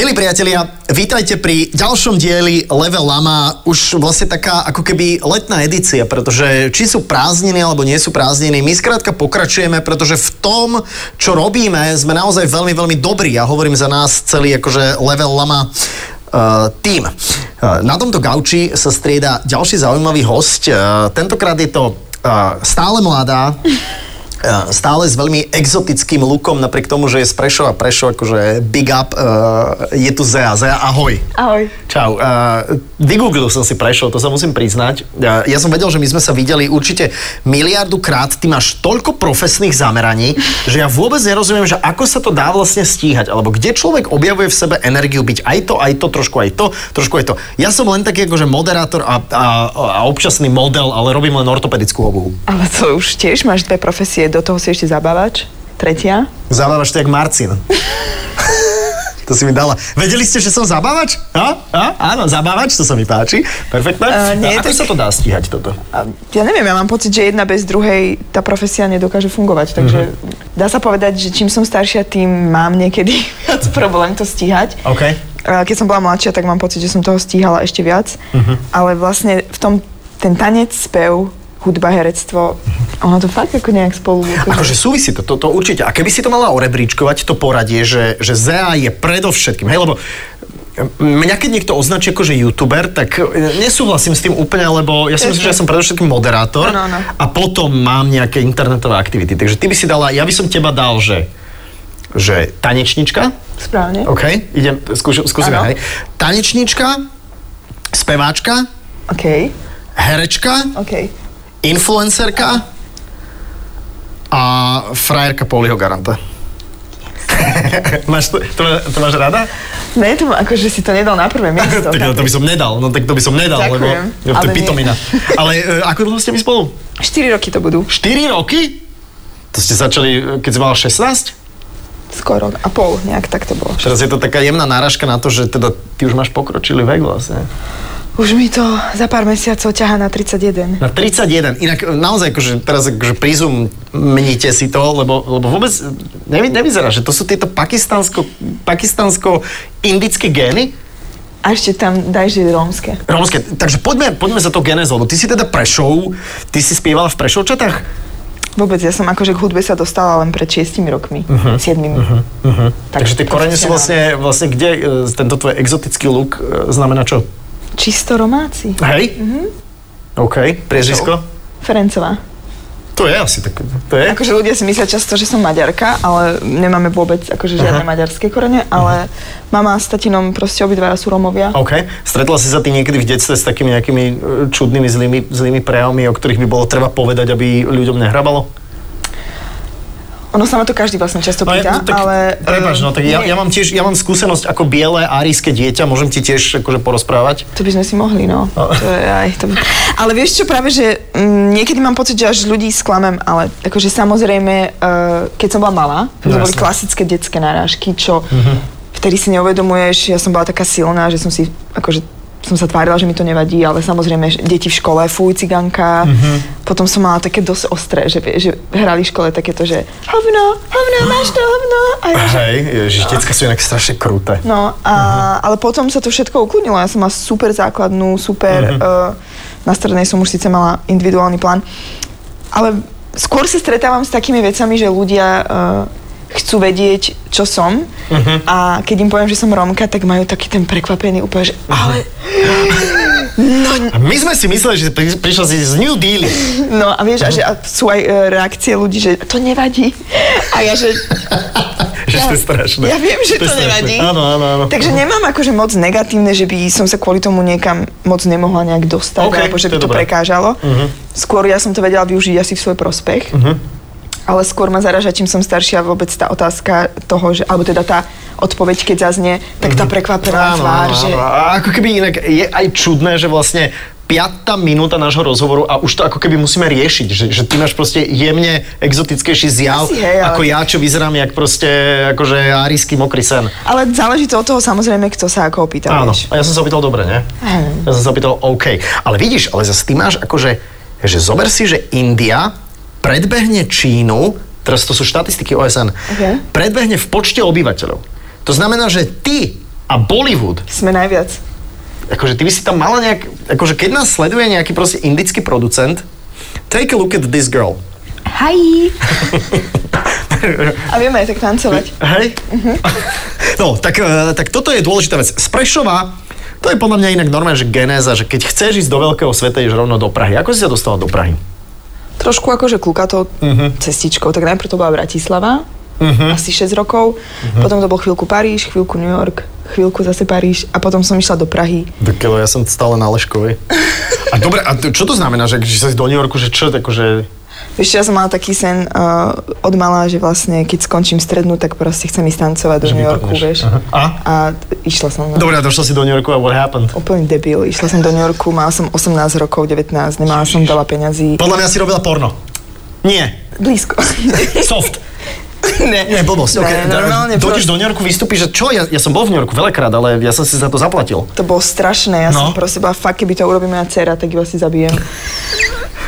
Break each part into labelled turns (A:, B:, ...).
A: Milí priatelia, vítajte pri ďalšom dieli Level Lama, už vlastne taká ako keby letná edícia, pretože či sú prázdniny alebo nie sú prázdniny, my skrátka pokračujeme, pretože v tom, čo robíme, sme naozaj veľmi, veľmi dobrí a hovorím za nás celý akože Level Lama uh, tým. Uh, na tomto gauči sa strieda ďalší zaujímavý host, uh, tentokrát je to uh, stále mladá, E, stále s veľmi exotickým lukom, napriek tomu, že je z Prešova, Prešov akože big up, uh, je tu Zea. Zea, ahoj.
B: Ahoj.
A: Čau. Uh, vygooglil som si Prešov, to sa musím priznať. Uh, ja som vedel, že my sme sa videli určite miliardu krát. Ty máš toľko profesných zameraní, že ja vôbec nerozumiem, že ako sa to dá vlastne stíhať, alebo kde človek objavuje v sebe energiu byť aj to, aj to, trošku aj to, trošku aj to. Ja som len taký akože moderátor a, a, a občasný model, ale robím len ortopedickú obuvu.
B: Ale to už tiež máš dve profesie, do toho si ešte zabávač. Tretia.
A: Zabávaš to jak Marcin. to si mi dala. Vedeli ste, že som zabávač? A? A? Áno, zabávač, to sa mi páči. Perfektne.
B: Eh, nie,
A: Ako
B: tak-
A: sa to dá stíhať toto?
B: A ja neviem, ja mám pocit, že jedna bez druhej tá profesia nedokáže fungovať, takže
A: Mhm.
B: dá sa povedať, že čím som staršia, tým mám niekedy viac problém to stíhať.
A: OK.
B: A Keď som bola mladšia, tak mám pocit, že som toho stíhala ešte viac,
A: Mhm.
B: ale vlastne v tom ten tanec, spev, hudba, herectvo, ono to fakt ako nejak spolu...
A: Akože súvisí to, to, to určite. A keby si to mala orebríčkovať, to poradie, že, že ZA je predovšetkým, hej, lebo mňa keď niekto označí ako že youtuber, tak e, nesúhlasím s tým úplne, lebo ja si myslím, že ja som predovšetkým moderátor
B: Áno, áno.
A: a potom mám nejaké internetové aktivity. Takže ty by si dala, ja by som teba dal, že, že tanečnička,
B: Správne.
A: OK, idem, skúš, skúsime,
B: Áno.
A: hej. Tanečnička, speváčka,
B: OK.
A: herečka,
B: OK.
A: influencerka a frajerka Poliho Garanta. máš to, to, to máš rada?
B: Ne, to ma- akože si to nedal na prvé miesto.
A: tak to by som nedal, no tak to by som nedal, lebo
B: Ďakujem,
A: lebo to je
B: ale nie.
A: pitomina. Ale e, ako dlho ste mi spolu?
B: 4 roky to budú.
A: 4 roky? To ste začali, e, keď si mala 16?
B: Skoro. A pol, nejak tak to bolo.
A: Teraz je to taká jemná náražka na to, že teda ty už máš pokročilý vek vlastne.
B: Už mi to za pár mesiacov ťaha na 31.
A: Na 31. Inak e, naozaj, akože, teraz akože prizumnite si to, lebo, lebo vôbec e, nevy, nevyzerá, že to sú tieto pakistansko, pakistansko-indické gény.
B: A ešte tam daj, že rómske.
A: Rómske, takže poďme, poďme za to genézou, lebo ty si teda Prešov, ty si spievala v Prešovčatách?
B: Vôbec, ja som akože k hudbe sa dostala len pred 6 rokmi.
A: Mhm.
B: Uh-huh. 7. Uh-huh.
A: Uh-huh. Takže tie korene sú vlastne, vlastne kde e, tento tvoj exotický look e, znamená čo?
B: Čisto romáci.
A: Hej? Uh-huh. OK, priežisko?
B: Ferencová.
A: To je asi tak, to je.
B: Akože ľudia si myslia často, že som maďarka, ale nemáme vôbec akože
A: Mhm.
B: žiadne maďarské korene, ale mama s tatinom proste obidvaja sú Romovia.
A: OK. Stretla si sa ty niekedy v detstve s takými nejakými e, čudnými zlými, zlými prejavmi, o ktorých by bolo treba povedať, aby ľuďom nehrabalo?
B: Ono sa ma to každý vlastne
A: No,
B: často pýta, ale...
A: Prepač,
B: ehm,
A: no tak ja, ja,
B: nie,
A: mám tiež, ja mám skúsenosť ako biele árijské dieťa, môžem ti tiež akože porozprávať.
B: To by sme si mohli, no.
A: A-
B: To je, aj, to by... Ale vieš čo, práve, že mm, niekedy mám pocit, že až ľudí sklamem, ale akože samozrejme, uh, keď som bola malá, to
A: No,
B: boli
A: jasné. Mhm.
B: klasické detské narážky, čo vtedy si neuvedomuješ, ja som bola taká silná, že som si, akože som sa tvárila, že mi to nevadí, ale samozrejme, že deti v škole, fuj, ciganka.
A: Mhm.
B: Potom som mala také dosť ostré, že, vie- že hrali v škole takéto, že hovno, hovno, máš to hovno. A ja, že
A: Hej, ježiš, detská sú inak strašne kruté.
B: No, a, ale potom sa to všetko ukludnilo. Ja som mala super základnú, super... Uh, na strednej som už síce mala individuálny plán. Ale skôr sa stretávam s takými vecami, že ľudia uh, chcú vedieť, čo som. A keď im poviem, že som Romka, tak majú taký ten prekvapený úplne, že ale... No,
A: A my sme si mysleli, že pri, prišla si z New Deal.
B: no a vieš, a, že, a sú aj e, reakcie ľudí, že to nevadí. A ja, že
A: že to je strašné.
B: Ja viem, že to,
A: je strašné.
B: nevadí.
A: Áno, áno, áno.
B: Takže nemám akože moc negatívne, že by som sa kvôli tomu niekam moc nemohla nejak dostať,
A: OK,
B: alebo že
A: to
B: by
A: je
B: to
A: dobré. Mhm.
B: prekážalo. Uh-huh. Skôr ja som to vedela využiť asi v svoj prospech. Uh-huh. Ale skôr ma zaraža, čím som staršia, vôbec tá otázka toho, že, alebo teda tá odpoveď,
A: Mhm.
B: keď zaznie, tak tá prekvapená tvár, že...
A: áno. A ako keby inak je aj čudné, že vlastne piatá minúta nášho rozhovoru a už to ako keby musíme riešiť, že, že ty máš proste jemne exotickejší zjav
B: Asi hej, ale-
A: ako ja, čo vyzerám jak proste akože árijský mokrý sen.
B: Ale záleží to od toho samozrejme, kto sa ako opýta,
A: Áno,
B: vieš. Hm,
A: a ja som sa opýtal dobre, nie?
B: Áno.
A: Ja som sa opýtal OK. Ale vidíš, ale zase ty máš akože, že zober si, že India predbehne Čínu, teraz to sú štatistiky OSN,
B: Ok.
A: predbehne v počte obyvateľov. To znamená, že ty a Bollywood,
B: Sme najviac.
A: akože ty by si tam mala nejak, akože keď nás sleduje nejaký proste indický producent, take a look at this girl.
B: Hi! a vieme aj tak tancovať.
A: Hej? No, tak, e, tak toto je dôležitá vec. Z Prešova, to je podľa mňa inak normálne, že genéza, že keď chceš ísť do veľkého sveta, ideš rovno do Prahy. Ako si sa dostala do Prahy?
B: Trošku akože klukatou
A: Mhm.
B: cestičkou, tak najprv to bola Bratislava, asi 6 rokov,
A: Mhm.
B: potom to bol chvíľku Paríž, chvíľku New York, chvíľku zase Paríž a potom som išla do Prahy.
A: Dokelo, ja som stále na Leškovej. A dobre, a to- čo to znamená, že keď sa do New Yorku, že čo, akože...
B: Ešte ja som mala taký sen uh, od malá, že vlastne keď skončím strednú, tak proste chcem ísť tancovať do
A: Že
B: New Yorku,
A: vypadneš.
B: vieš.
A: Aha. A?
B: A t- išla som. No.
A: Dobre, a došla si do New Yorku a what happened?
B: Úplne debil. Išla som do New Yorku, mala som 18 rokov, 19, nemala som veľa peňazí.
A: Podľa mňa si robila porno. Nie,
B: Blízko.
A: soft.
B: ne.
A: Nie, blbosť. Okay.
B: Ne, normálne.
A: Dojdeš
B: proste-
A: do New Yorku, vystúpiš, že čo, ja, ja som bol v New Yorku veľakrát, ale ja som si za to zaplatil.
B: To bolo strašné, ja
A: No.
B: som proste bola, fakt, keby to urobí moja dcera, tak ju asi zabijem.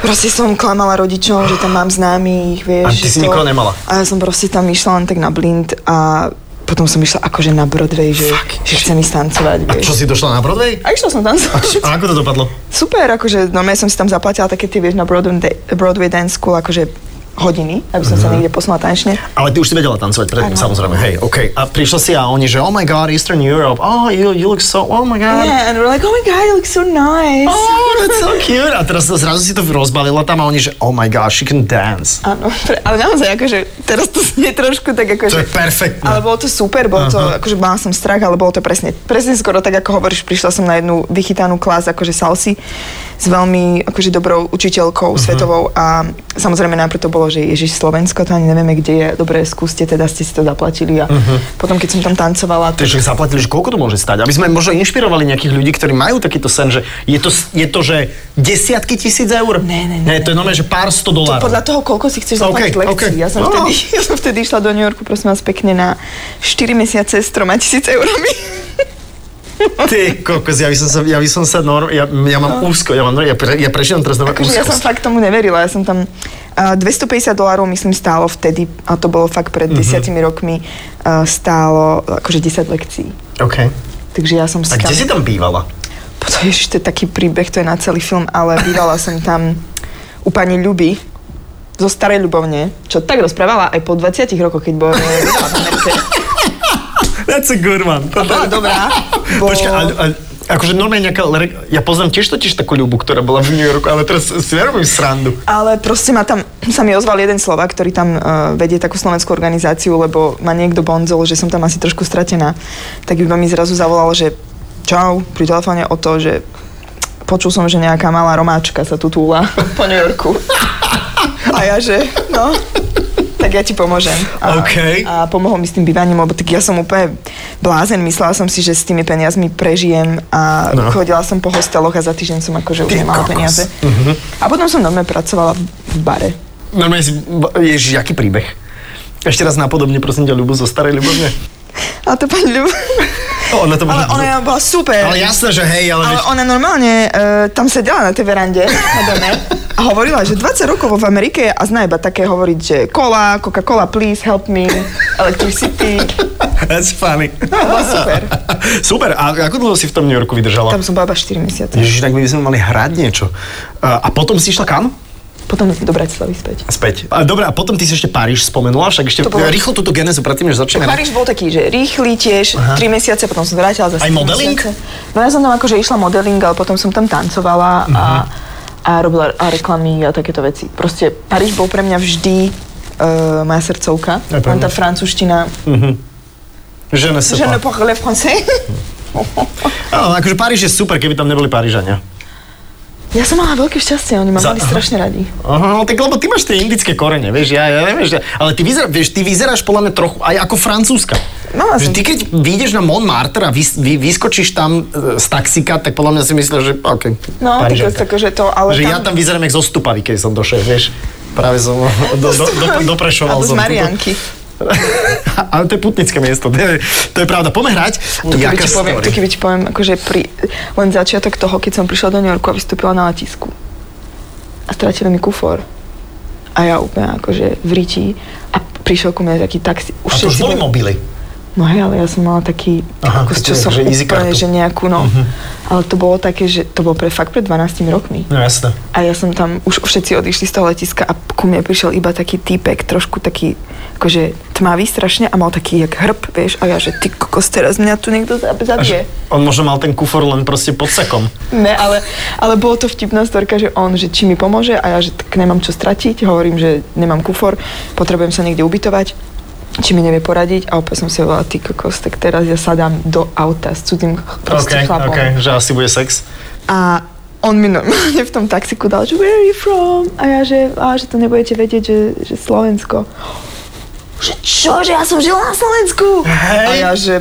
B: Proste som klamala rodičom, že tam mám známych,
A: A
B: vieš.
A: ty si
B: že to...
A: nikoho nemala?
B: A ja som proste tam išla len tak na blind a potom som išla akože na Broadway, že, že chcem ísť tancovať,
A: A
B: vieš.
A: čo si došla na Broadway?
B: A išla som tancovať.
A: A ako to dopadlo?
B: Super, akože no ja som si tam zaplatila také tie, vieš, na Broadway, Broadway Dance School, akože hodiny, aby som sa
A: Mhm.
B: niekde posunula tančne.
A: Ale ty už si vedela tancovať predtým,
B: Áno.
A: samozrejme, hej, OK. A prišla si a oni, že oh my god, Eastern Europe, oh you, you look so, oh my god.
B: Yeah, and we're like, oh my god, you look so nice.
A: Oh, that's so cute. A teraz zrazu si to rozbalila tam a oni, že oh my god, she can dance.
B: Áno, pre- ale naozaj, akože teraz to znie trošku tak akože...
A: To je perfektné.
B: Ale bolo to super, bolo to, akože mala som strach, ale bolo to presne, presne skoro tak, ako hovoríš, prišla som na jednu vychytanú klas, akože salsy, s veľmi, akože dobrou
A: Mhm.
B: učiteľkou svetovou a samozrejme najprv to bolo, že Ježiš Slovensko, to ani nevieme, kde je, dobre, skúste, teda ste si to zaplatili a
A: Mhm.
B: potom, keď som tam tancovala, tak
A: Takže zaplatili, že koľko to môže stať? Aby sme možno inšpirovali nejakých ľudí, ktorí majú takýto sen, že je to, je to že desiatky tisíc eur?
B: Ne, ne,
A: Ne,
B: ne,
A: to je normálne, že pár sto
B: To
A: dolárov.
B: podľa toho, koľko si chceš
A: OK,
B: zaplatiť okay, lekcií.
A: OK.
B: Ja, som
A: No.
B: vtedy, ja som vtedy išla do New Yorku, prosím vás, pekne na 4 mesiace s 3 tisíc eurami.
A: Ty kokos, ja by som sa, ja by som sa norm, ja, ja
B: No.
A: mám úzko, ja, mám, ja, pre, ja prežívam teraz normálne
B: Akože ja som
A: úzkosť.
B: fakt tomu neverila. Ja som tam a 250 dolárov, myslím, stálo vtedy, a to bolo fakt pred desiatimi rokmi, a stálo akože 10 lekcií.
A: OK.
B: Takže ja som si
A: A kde
B: tam...
A: si tam bývala?
B: Potom, ježiš, to je taký príbeh, to je na celý film, ale bývala som tam u pani Ľuby, zo Starej Ľubovne, čo tak rozprávala aj po 20 rokoch, keď bola bývala v Amerike.
A: That's a good one. To-
B: Bola dobrá. Bo...
A: Počkaj, a, a, akože normálne nejaká... re- Ja poznám tiež totiž takú ľubu, ktorá bola v New Yorku, ale teraz si nerobím srandu.
B: Ale proste ma tam, sa mi ozval jeden Slovak, ktorý tam uh, vedie takú slovenskú organizáciu, lebo ma niekto bonzol, že som tam asi trošku stratená. Tak iba mi zrazu zavolal, že čau, pri telefóne o to, že počul som, že nejaká malá romáčka sa tu túla po New Yorku. A ja, že no, tak ja ti pomôžem. A,
A: OK.
B: a pomohol mi s tým bývaním, lebo tak ja som úplne blázen, myslela som si, že s tými peniazmi prežijem a
A: No.
B: no. chodila som po hosteloch a za týždeň som akože už
A: Ty
B: nemala
A: kokos.
B: peniaze. Uh-huh. A potom som normálne pracovala v v bare.
A: Normálne si... Ježiš, aký príbeh. Ešte raz napodobne, prosím ťa, ľubu zo starej ľubovne.
B: A to pani Ľub...
A: No, Ona to
B: Ale
A: možno...
B: ona bola super.
A: ale jasné, že hej, ale...
B: Ale
A: veď-
B: ona normálne e, tam sedela na tej verande na dome a hovorila, že 20 rokov v Amerike a zná iba také hovoriť, že cola, Coca-Cola, please help me, electricity.
A: That's funny.
B: Bola super.
A: Super, a ako dlho si v tom New Yorku vydržala?
B: Tam som bola iba 4 mesiace.
A: Ježiš, tak my by sme mali hrať niečo. A a potom si išla kam?
B: Potom do Bratislavy späť.
A: Späť. A, dobre, a potom ty si ešte Paríž spomenula, však ešte
B: To bolo-
A: rýchlo túto genezu predtým, než začneme.
B: Paríž bol taký, že rýchly tiež, Aha. 3 mesiace, potom som vrátila zase
A: Aj
B: tri
A: modeling?
B: Mesiace. No ja som tam akože išla modeling, ale potom som tam tancovala a,
A: Mhm.
B: a robila a reklamy a takéto veci. Proste Paríž bol pre mňa vždy uh, moja srdcovka.
A: Aj pre
B: Len tá
A: mňa.
B: francúzština. no,
A: Je ne sais
B: Je ne
A: pas.
B: parle français.
A: Áno, akože Paríž je super, keby tam neboli Parížania.
B: Ja som mala veľké šťastie, oni ma
A: Za-
B: mali strašne radi.
A: Aha, no tak lebo ty máš tie indické korene, vieš, ja, ja neviem, že, ale ty, vyzerá, vieš, ty vyzeráš podľa mňa trochu aj ako francúzska.
B: Mala
A: Že
B: No, som.
A: ty keď vyjdeš na Montmartre a vys, vy, vyskočíš tam e, z taxika, tak podľa mňa si myslíš, že OK,
B: No, tak,
A: Parížanka.
B: tak, že to, ale
A: že
B: tam...
A: ja tam vyzerám jak zo Stupavy, keď som došiel, vieš. Práve som do, do, do, doprešoval.
B: Alebo z
A: som túto.
B: Marianky.
A: Ale to je putnické miesto, to je, to je pravda. Poďme hrať.
B: To keby,
A: Jaká
B: ti poviem,
A: story?
B: to keby ti poviem, akože pri, len začiatok toho, keď som prišla do New Yorku a vystúpila na letisku. A stratili mi kufor. A ja úplne akože v ríti. A prišiel ku mne taký taxi.
A: A to už
B: všetci
A: boli mobily.
B: No hej, ale ja som mala taký,
A: Aha,
B: Aha, ako, čo
A: takú,
B: som
A: že easy kartu.
B: úplne,
A: Mhm.
B: že nejakú, no. Ale to bolo také, že to bolo pre, fakt pred 12 rokmi.
A: No jasné.
B: A ja som tam, už všetci odišli z toho letiska a ku mne prišiel iba taký týpek, trošku taký, akože tmavý strašne a mal taký jak hrb, vieš, a ja, že ty kokos, teraz mňa tu niekto za- zabije.
A: On možno mal ten kufor len proste pod sakom.
B: Ne, ale, ale bolo to vtipná storka, že on, že či mi pomôže a ja, že tak nemám čo stratiť, hovorím, že nemám kufor, potrebujem sa niekde ubytovať či mi nevie poradiť a opäť som si hovorila, ty kokos, tak teraz ja sadám do auta s cudzým ch-
A: OK,
B: proste chlapom.
A: OK, že asi bude sex.
B: A on mi normálne v tom taxiku dal, že where are you from? A ja, že, a, že to nebudete vedieť, že, že Slovensko. Že čo, že ja som žila na Slovensku?
A: Hej.
B: A ja, že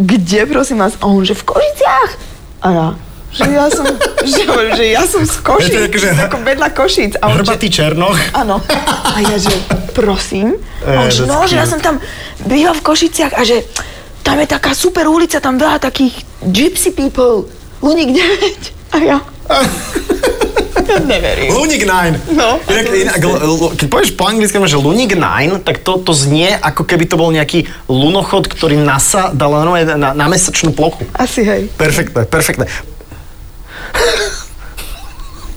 B: kde prosím vás? A on, že v Košiciach. A ja, že ja som, že, hovorím, že ja som z
A: Je to
B: Košic,
A: také, že-
B: ako vedľa Košic. A on, že,
A: Hrbatý černoch.
B: Áno. A ja, že prosím. A
A: Eh,
B: on, že
A: that's
B: no, že ja
A: cute.
B: som tam býval v Košiciach a že tam je taká super ulica, tam veľa takých gypsy people, Luník 9. A ja... ja neverím.
A: Lunik 9.
B: No,
A: Inak,
B: a to
A: inak, l- l- keď povieš po anglicky, že Lunik 9, tak to, to znie, ako keby to bol nejaký lunochod, ktorý NASA dala normálne na, na mesačnú plochu.
B: Asi hej.
A: Perfektné, perfektné.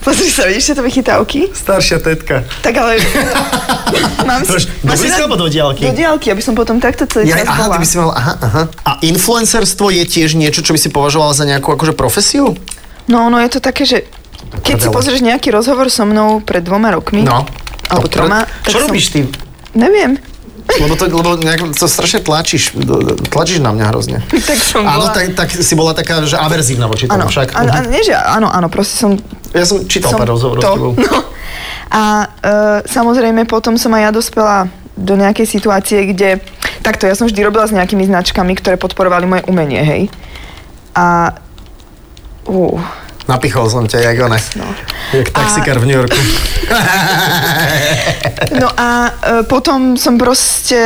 B: Pozri sa, vidíš tieto vychytávky?
A: Staršia tetka.
B: Tak ale... Mám
A: To už do
B: máš si
A: blízka
B: dať-
A: alebo do diaľky?
B: Do diaľky, aby som potom takto celý
A: Ja,
B: čas bola.
A: aha, ty by si mal, aha, aha. A influencerstvo je tiež niečo, čo by si považovala za nejakú akože profesiu?
B: No, no je to také, že keď si
A: Prdele.
B: pozrieš nejaký rozhovor so mnou pred dvoma rokmi,
A: No.
B: Hm. alebo
A: To-
B: troma, tak
A: Čo
B: som-
A: robíš ty?
B: Neviem.
A: Lebo to, lebo nejak, to strašne tlačíš, do- do- tlačíš na mňa hrozne.
B: Tak som
A: Áno,
B: bola-
A: tak, tak si bola taká, že averzívna voči tomu
B: Áno,
A: však. Mhm.
B: áno, áno, nie, že áno, áno, proste som...
A: Ja som čítal
B: som
A: pár rozhovorov s
B: to,
A: tebou.
B: no. A e, samozrejme potom som aj ja dospela do nejakej situácie, kde... Takto, ja som vždy robila s nejakými značkami, ktoré podporovali moje umenie, hej. A... Uh,
A: Napichol som ťa, jak one.
B: no.
A: Jak taxikár v New Yorku.
B: no a e, potom som proste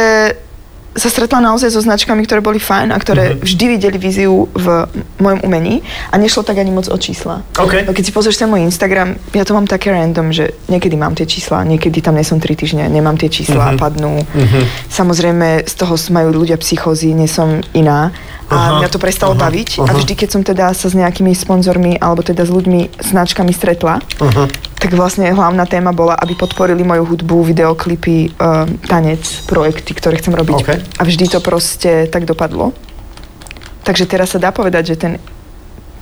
B: sa stretla naozaj so značkami, ktoré boli fajn a ktoré
A: Mhm.
B: mm-hmm. vždy videli víziu v m- mojom umení a nešlo tak ani moc o čísla.
A: OK.
B: No Keď si pozrieš ten môj Instagram, ja to mám také random, že niekedy mám tie čísla, niekedy tam nie som 3 týždne, nemám tie
A: Mhm.
B: čísla, uh-huh. padnú. Uh-huh. Samozrejme, z toho majú ľudia psychózy, nie som iná.
A: Aha.
B: A mňa to prestalo
A: Aha.
B: baviť. A
A: Aha.
B: vždy, keď som teda sa s nejakými sponzormi, alebo teda s ľuďmi, značkami stretla,
A: Aha.
B: tak vlastne hlavná téma bola, aby podporili moju hudbu, videoklipy, um, tanec, projekty, ktoré chcem robiť.
A: OK.
B: A vždy to proste tak dopadlo. Takže teraz sa dá povedať, že ten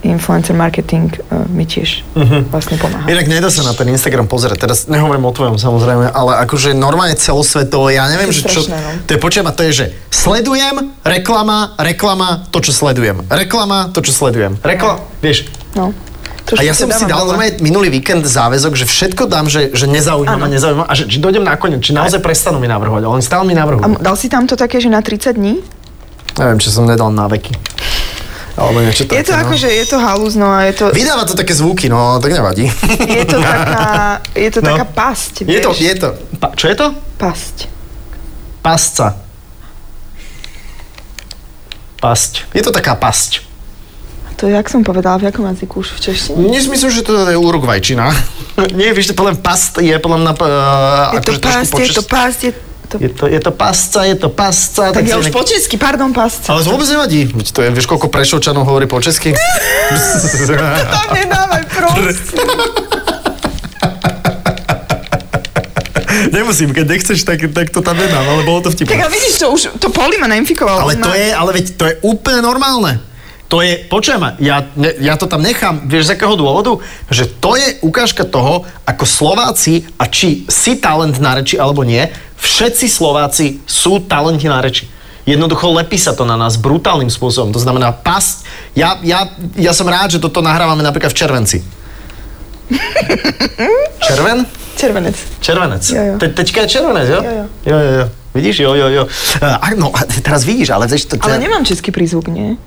B: influencer marketing uh, mi tiež uh-huh. vlastne pomáha.
A: Mhm. Inak nedá sa na ten Instagram pozerať. Teraz nehovorím o tvojom samozrejme, ale akože normálne celosvetovo, ja neviem,
B: To je
A: že čo...
B: strašné, no.
A: To je počujem, a to je, že sledujem, reklama, reklama, to, čo sledujem. Reklama, to, čo sledujem. Reklama, vieš.
B: No. Trošku
A: A ja
B: to
A: som si
B: dávam
A: dal
B: dole.
A: normálne minulý víkend záväzok, že všetko dám, že, že nezaujímam a
B: Áno.
A: nezaujímam. A že, či dojdem na koniec, či naozaj prestanú mi navrhovať. Ale oni stále mi navrhujú.
B: A m- dal si tam to také, že na 30 dní?
A: Neviem, či som nedal na veky. Alebo niečo
B: je
A: také,
B: to
A: no.
B: akože, je to halúz, no a je to,
A: Vydáva to také zvuky, no tak nevadí.
B: je to taká, je to
A: No.
B: taká pasť,
A: Je to,
B: vieš?
A: je to. Pa, čo je to?
B: Pasť.
A: Pasca. Pasť. Je to taká pasť.
B: To jak som povedala, v akom jazyku už v češtine?
A: Dnes myslím, že to je Urugvajčina. Nie, vieš, to podľa mňa past je podľa mňa... Uh,
B: Je to pásť, je to pásť, je to...
A: Je to, je to pasca, je to pasca.
B: Tak ja
A: sa
B: už
A: inak-
B: po česky, pardon, pásť.
A: Ale to vôbec nevadí. Veď to je, vieš, koľko prešovčanov hovorí po česky?
B: Tam nedávaj, prosím.
A: Nemusím, keď nechceš, tak, tak to tam nedám, ale bolo to
B: Tak
A: vtipné.
B: ale vidíš, to už, to Poli ma nainfikoval.
A: Ale to
B: on ma-
A: je, ale veď to je úplne normálne. To je, počujem, ma, ja, ne, ja to tam nechám, vieš z akého dôvodu? Že to je ukážka toho, ako Slováci, a či si talent na reči alebo nie, všetci Slováci sú talenti na reči. Jednoducho lepí sa to na nás brutálnym spôsobom. To znamená, pasť, ja, ja, ja som rád, že toto nahrávame napríklad v červenci. Červen?
B: Červenec.
A: Červenec.
B: Jo, jo.
A: Te, teďka je červenec, jo?
B: Jo, jo.
A: jo, jo, jo. Vidíš, jo, jo, jo. A, no, a teraz vidíš, ale... Vieš, to,
B: Ale nemám český prízvuk, nie?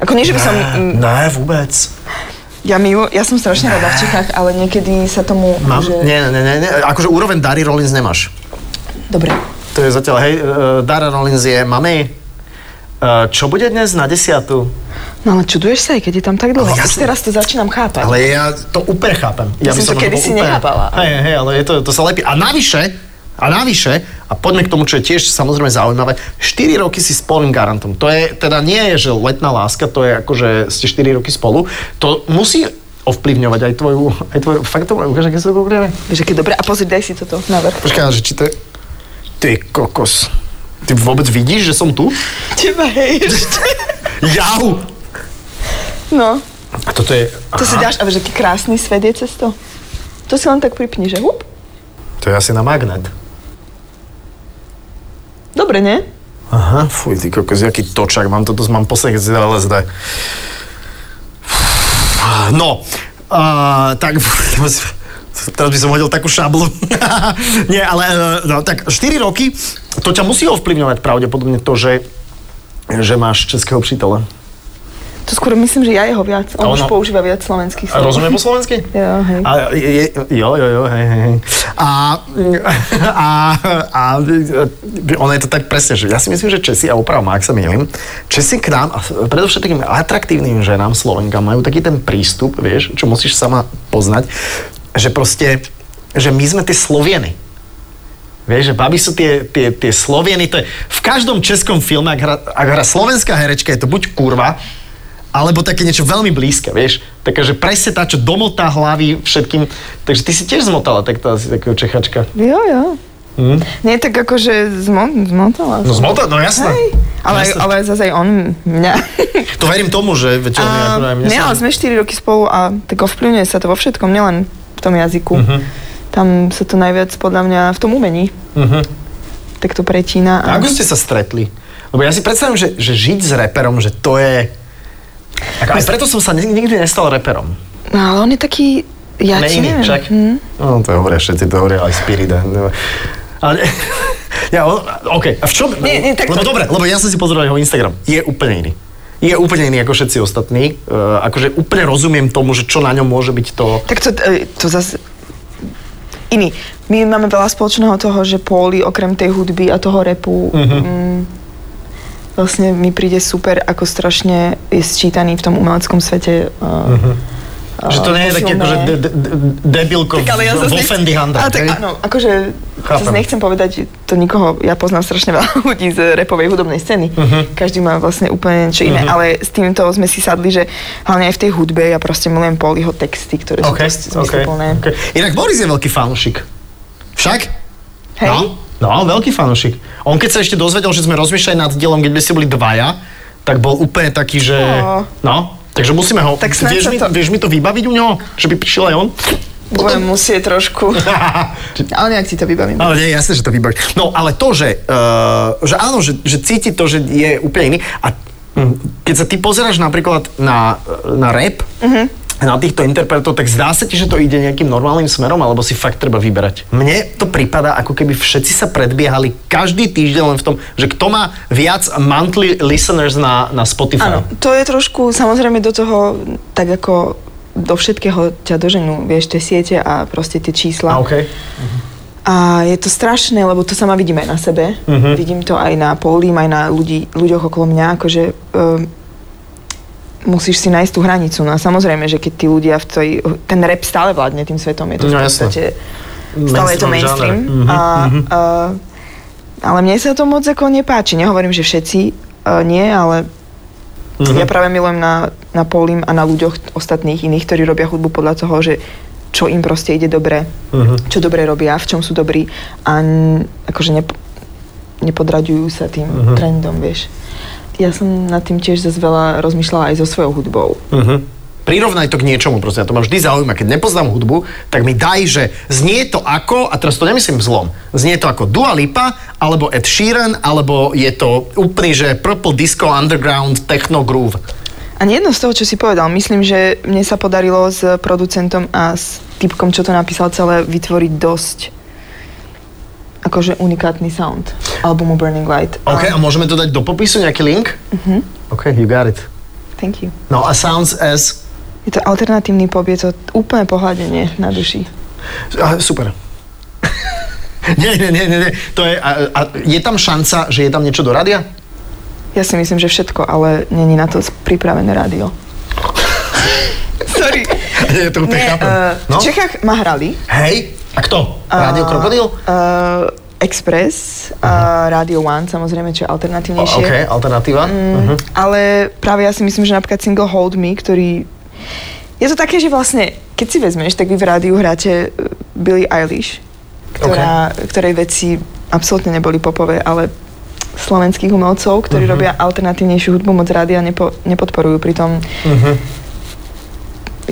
B: Ako nie, že by som...
A: Ne,
B: mm,
A: ne, vôbec.
B: Ja, milo, ja som strašne rada v Čechách, ale niekedy sa tomu...
A: Mám?
B: že-
A: Nie, nie, nie, nie. Akože úroveň Dary Rollins nemáš.
B: Dobre.
A: To je zatiaľ, hej, e, Dara Rollins je, mami, e, čo bude dnes na desiatu?
B: No ale čuduješ sa, aj keď je tam tak dlho.
A: Ale
B: Už
A: jasne.
B: teraz to začínam chápať.
A: Ale ja to úplne chápem.
B: Ja som to
A: na
B: kedysi
A: úplne-
B: nechápala.
A: Hej, hej, ale je to, to sa lepí. A navyše, a navyše, a poďme k tomu, čo je tiež samozrejme zaujímavé, 4 roky si spolným garantom. To je, teda nie je, že letná láska, to je ako, že ste 4 roky spolu. To musí ovplyvňovať aj tvoju, aj tvoju, fakt to ukážem, keď sa to ukážeme.
B: Vieš, aké dobre. A pozri, daj si toto na vrch.
A: Počkaj, ale že či to je... Ty kokos. Ty vôbec vidíš, že som tu?
B: Teba hejš.
A: Jau!
B: No,
A: A toto je...
B: to si dáš, a vieš, aký krásny svet je cez to. To si len tak pripni, že hup.
A: To je asi na magnet.
B: Dobre, nie?
A: Aha, fuj, ty kokos, jaký točak, mám toto, mám posledný z LSD. No, uh, tak, teraz by som hodil takú šablu. Nie, ale, eh, no, tak 4 roky, to ťa musí ovplyvňovať pravdepodobne to, že že máš českého přítela.
B: To skôr myslím, že ja jeho viac.
A: A
B: On už
A: ono-
B: používa viac slovenských
A: A
B: slov.
A: rozumie po slovensky?
B: Jo, hej.
A: A, je, jo, jo, jo, hej, hej. hej. A, a, a, a ono je to tak presne, že ja si myslím, že Česi, a opravom, ak sa milím, Česi k nám, a s- predovšetkým atraktívnym ženám Slovenka, majú taký ten prístup, vieš, čo musíš sama poznať, že proste, že my sme tie Slovieny. Vieš, že baby sú tie, tie, tie Slovieny, to je, v každom českom filme, ak hra, ak hra slovenská herečka, je to buď kurva, alebo také niečo veľmi blízke, vieš. Taká, že presne tá, čo domotá hlavy všetkým. Takže ty si tiež zmotala takto asi takého Čechačka.
B: Jo, jo. Nie, tak akože zmo- zmotala. som.
A: zmotá, Hm? no jasné.
B: Hej. Ale,
A: Jasné.
B: ale zase aj on mňa.
A: To verím tomu, že veď on je akože aj
B: A,
A: mne
B: ne,
A: sa-
B: ale sme 4 roky spolu a tak ovplyvňuje sa to vo všetkom, nielen v tom jazyku.
A: Mhm.
B: Tam sa to najviac podľa mňa v tom umení. Tak to
A: A
B: pretína.
A: Mhm. Ako ste sa stretli? Lebo ja si predstavím, že, že žiť s reperom, že to je... Ako, aj preto som sa ni- nikdy nestal reperom.
B: No ale on je taký, ja
A: Ne
B: ti
A: iný,
B: neviem.
A: však.
B: Hm?
A: No, to hovoria všetci, to hovoria aj Spirit. a- No. Ale, ja, on, OK, a v čom?
B: Nie, nie, tak-
A: lebo dobre, lebo ja som si pozeral jeho Instagram. Je úplne iný. Je úplne iný ako všetci ostatní. Uh, akože úplne rozumiem tomu, že čo na ňom môže byť to...
B: Tak to, e, to zase iný. My máme veľa spoločného toho, že Poli okrem tej hudby a toho repu
A: Mhm.
B: mm, vlastne mi príde super, ako strašne je sčítaný v tom umeleckom svete.
A: Mhm.
B: Uh,
A: že to nie je také akože de, de, de, debilko
B: Tak ale ja
A: v,
B: zase
A: vo
B: nechcem-
A: Fendi Handra.
B: Ale tak
A: hej?
B: áno, akože
A: Chápem.
B: zase nechcem povedať, že to nikoho, ja poznám strašne veľa ľudí z repovej hudobnej scény.
A: Mhm.
B: Každý má vlastne úplne niečo iné, ale s týmto sme si sadli, že hlavne aj v tej hudbe ja proste milujem Poliho texty, ktoré
A: OK, OK,
B: sú dosť zmysluplné.
A: OK. Inak Boris je veľký fanúšik. Však?
B: Hej?
A: No, no, veľký fanúšik. On keď sa ešte dozvedel, že sme rozmýšľali nad dielom, keď by ste boli dvaja, tak bol úplne taký, že...
B: Ó.
A: No, takže musíme ho...
B: Tak snáď
A: vieš,
B: sa
A: mi,
B: to-
A: vieš mi to vybaviť u neho? Že by prišiel aj on?
B: Budem musieť trošku. Ale nejak si to vybavím.
A: Ale No, nie, jasné, že to vybavíš. No, ale to, že, uh, že áno, že, že cíti to, že je úplne iný. A mm, keď sa ty pozeráš napríklad na, eh, na rap,
B: Mhm.
A: na týchto interpretov, tak zdá sa ti, že to ide nejakým normálnym smerom, alebo si fakt treba vyberať. Mne to prípada, ako keby všetci sa predbiehali každý týždeň len v tom, že kto má viac monthly listeners na, na Spotify.
B: Áno, to je trošku, samozrejme do toho, tak ako do všetkého ťa doženú, vieš, tie siete a proste tie
A: A
B: čísla.
A: OK.
B: A je to strašné, lebo to sama vidím aj na sebe.
A: Mhm.
B: Vidím to aj na polím, aj na ľudí, ľuďoch okolo mňa, akože um, musíš si nájsť tú hranicu. No a samozrejme, že keď tí ľudia v tej, ten rap stále vládne tým svetom, je to
A: No
B: v
A: jasné.
B: podstate, stále je to mainstream.
A: Mainstream žáner. Mhm,
B: A, a, ale mne sa to moc ako nepáči. Nehovorím, že všetci uh, nie, ale
A: Mhm.
B: ja práve milujem na, na Polim a na ľuďoch t- ostatných iných, ktorí robia hudbu podľa toho, že čo im proste ide dobre,
A: Mhm.
B: čo dobre robia, v čom sú dobrí a n- akože nep- nepodraďujú sa tým
A: Mhm.
B: trendom, vieš. Ja som nad tým tiež zase veľa rozmýšľala aj so svojou hudbou.
A: Mhm. Prirovnaj to k niečomu, prosím, ja to ma vždy zaujíma. Keď nepoznám hudbu, tak mi daj, že znie to ako, a teraz to nemyslím v zlom, znie to ako Dua Lipa, alebo Ed Sheeran, alebo je to úplný, že Purple Disco Underground Techno Groove.
B: Ani jedno z toho, čo si povedal, myslím, že mne sa podarilo s producentom a s typkom, čo to napísal celé, vytvoriť dosť akože unikátny sound albumu Burning Light.
A: OK, a môžeme to dať do popisu, nejaký link? Mhm. OK, you got it.
B: Thank you.
A: No a Sounds as...
B: Je to alternatívny pop, je to úplné pohľadenie na duši.
A: A, super. nie, nie, nie, nie, nie. To je, a, a, je tam šanca, že je tam niečo do rádia?
B: Ja si myslím, že všetko, ale není na to pripravené rádio. Sorry.
A: Je to úplne
B: Nie,
A: chápem.
B: eh,
A: No?
B: v Čechách ma hrali.
A: Hej, a kto? Rádio
B: Eh,
A: Krokodil?
B: eh, Express, uh, Radio One, samozrejme, čo je
A: O,
B: alternatívnejšie.
A: OK, alternatíva. Mhm.
B: Mm, Ale práve ja si myslím, že napríklad single Hold Me, ktorý... Je to také, že vlastne, keď si vezmeš, tak vy v rádiu hráte eh, Billie Eilish, ktorá, ktorej veci absolútne neboli popové, ale slovenských umelcov, ktorí robia alternatívnejšiu hudbu, moc rádia nepo, nepodporujú. Pritom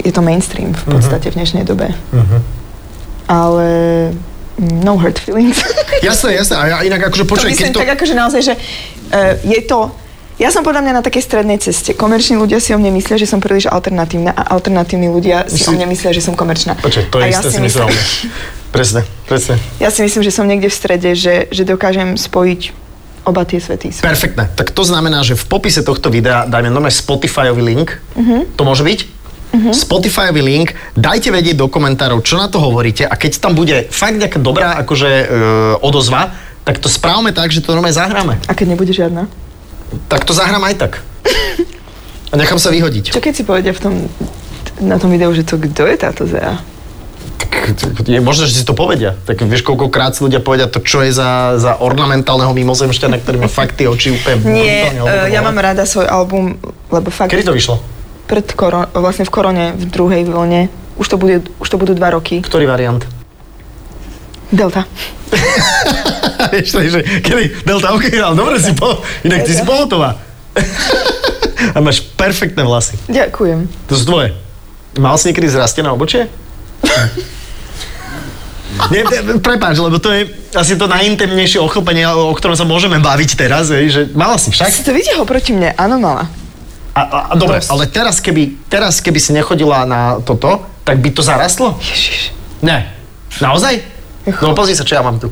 B: je to mainstream v podstate v dnešnej dobe. Ale mm, no hurt feelings.
A: Jasné, jasné. A ja inak akože
B: to
A: počkaj, keď
B: myslím
A: to...
B: tak akože naozaj, že uh, je to... Ja som podľa mňa na takej strednej ceste. Komerční ľudia si o mne myslia, že som príliš alternatívna a alternatívni ľudia si,
A: Si-
B: o mne myslia, že som komerčná.
A: Počkaj, to
B: a
A: isté si myslel. o mne. Presne, presne.
B: ja si myslím, že som niekde v strede, že, že dokážem spojiť oba tie svety.
A: Perfektné. Tak to znamená, že v popise tohto videa dajme normálne Spotifyový link.
B: Mhm.
A: To môže byť? Spotifyový link, dajte vedieť do komentárov, čo na to hovoríte a keď tam bude fakt nejaká dobrá akože, e, odozva, tak to správame tak, že to normálne zahráme.
B: A keď nebude žiadna?
A: Tak to zahrám aj tak. A nechám sa vyhodiť.
B: Čo keď si povedia v tom, na tom videu, že to kto je táto Zea?
A: Je možné, že si to povedia. Tak vieš, koľkokrát si ľudia povedia to, čo je za, za ornamentálneho mimozemšťana, ktorý má fakt tie oči úplne...
B: Nie,
A: brutálne
B: uh,
A: odobrované.
B: ja mám rada svoj album, lebo fakt...
A: Kedy to vyšlo?
B: Pred koron- vlastne v korone, v druhej vlne. Už to, bude, už to budú dva roky.
A: Ktorý variant?
B: Delta.
A: Vieš, takže, kedy, Delta, ok, ale dobre si po, inak ty si pohotová. A máš perfektné vlasy.
B: Ďakujem.
A: To sú tvoje. Mal si niekedy zrastené obočie? Nie, te- prepáč, lebo to je asi to najintemnejšie ochlpenie, o o ktorom sa môžeme baviť teraz, hej, že mala si však.
B: Si to videl oproti mne? Áno, mala.
A: A, a, a dobre, ale teraz keby, teraz keby si nechodila na toto, tak by to zarastlo?
B: Ježiš,
A: Ne. Naozaj? No pozri sa, čo ja mám tu.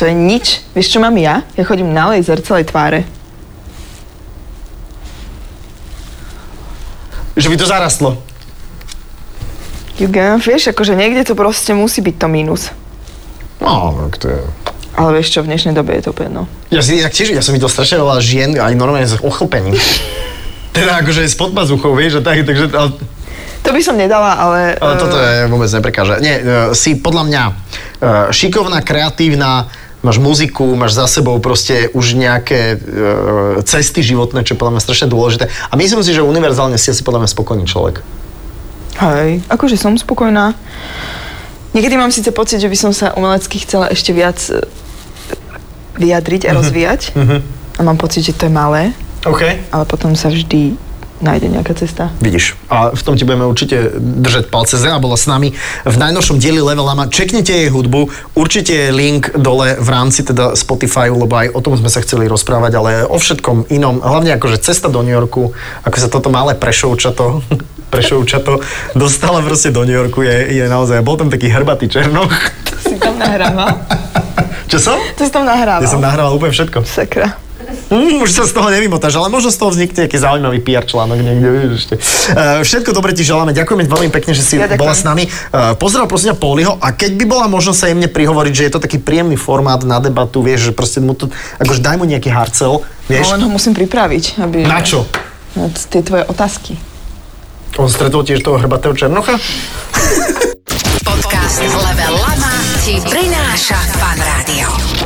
B: to je nič. Vieš, čo mám ja? Ja chodím na laser celej tváre.
A: Že by to zarastlo.
B: Juga, vieš, akože niekde to proste musí byť to mínus.
A: No, tak to je...
B: Ale vieš čo, v dnešnej dobe je to úplne jedno.
A: Ja, si, ja, tiež, ja som videl strašne veľa žien, aj normálne z ochlpení. Teda akože s podpazuchou, vieš, a tak, takže... Ale,
B: To by som nedala, ale...
A: ale toto je,
B: eh,
A: vôbec neprekáže. Nie, e, si podľa mňa e, šikovná, kreatívna, máš muziku, máš za sebou proste už nejaké e, cesty životné, čo je podľa mňa strašne dôležité. A myslím si, že univerzálne si asi podľa mňa spokojný človek.
B: Hej, akože som spokojná. Niekedy mám síce pocit, že by som sa umelecky chcela ešte viac eh, vyjadriť a
A: Mhm.
B: rozvíjať. A mám pocit, že to je malé,
A: OK.
B: ale potom sa vždy nájde nejaká cesta.
A: Vidíš. A v tom ti budeme určite držať palce. Zea bola s nami v najnovšom dieli Levelama. Čeknite jej hudbu. Určite je link dole v rámci teda Spotify, lebo aj o tom sme sa chceli rozprávať, ale o všetkom inom. Hlavne akože cesta do New Yorku, ako sa toto malé prešovčato prešovčato dostala proste do New Yorku je, je naozaj, bol tam taký hrbatý černoch.
B: To si tam nahrával.
A: Čo som?
B: To si tam nahrával.
A: Ja som nahrával úplne všetko.
B: Sakra.
A: Mm, už sa z toho nevymotáš, ale možno z toho vznikne nejaký zaujímavý PR článok niekde, vieš ešte. Eh, všetko dobre ti želáme, ďakujeme veľmi pekne, že si
B: Ja ďakujem.
A: bola s nami. Uh, pozdrav prosím ťa Poliho a keď by bola možno sa jemne prihovoriť, že je to taký príjemný formát na debatu, vieš, že proste mu to, akože daj mu nejaký harcel,
B: No,
A: vieš.
B: len ho musím pripraviť, aby...
A: Na čo?
B: Na t- tie tvoje otázky.
A: On stretol tiež toho hrbatého Černocha?
C: Podcast Level Lama ti prináša Fan Rádio.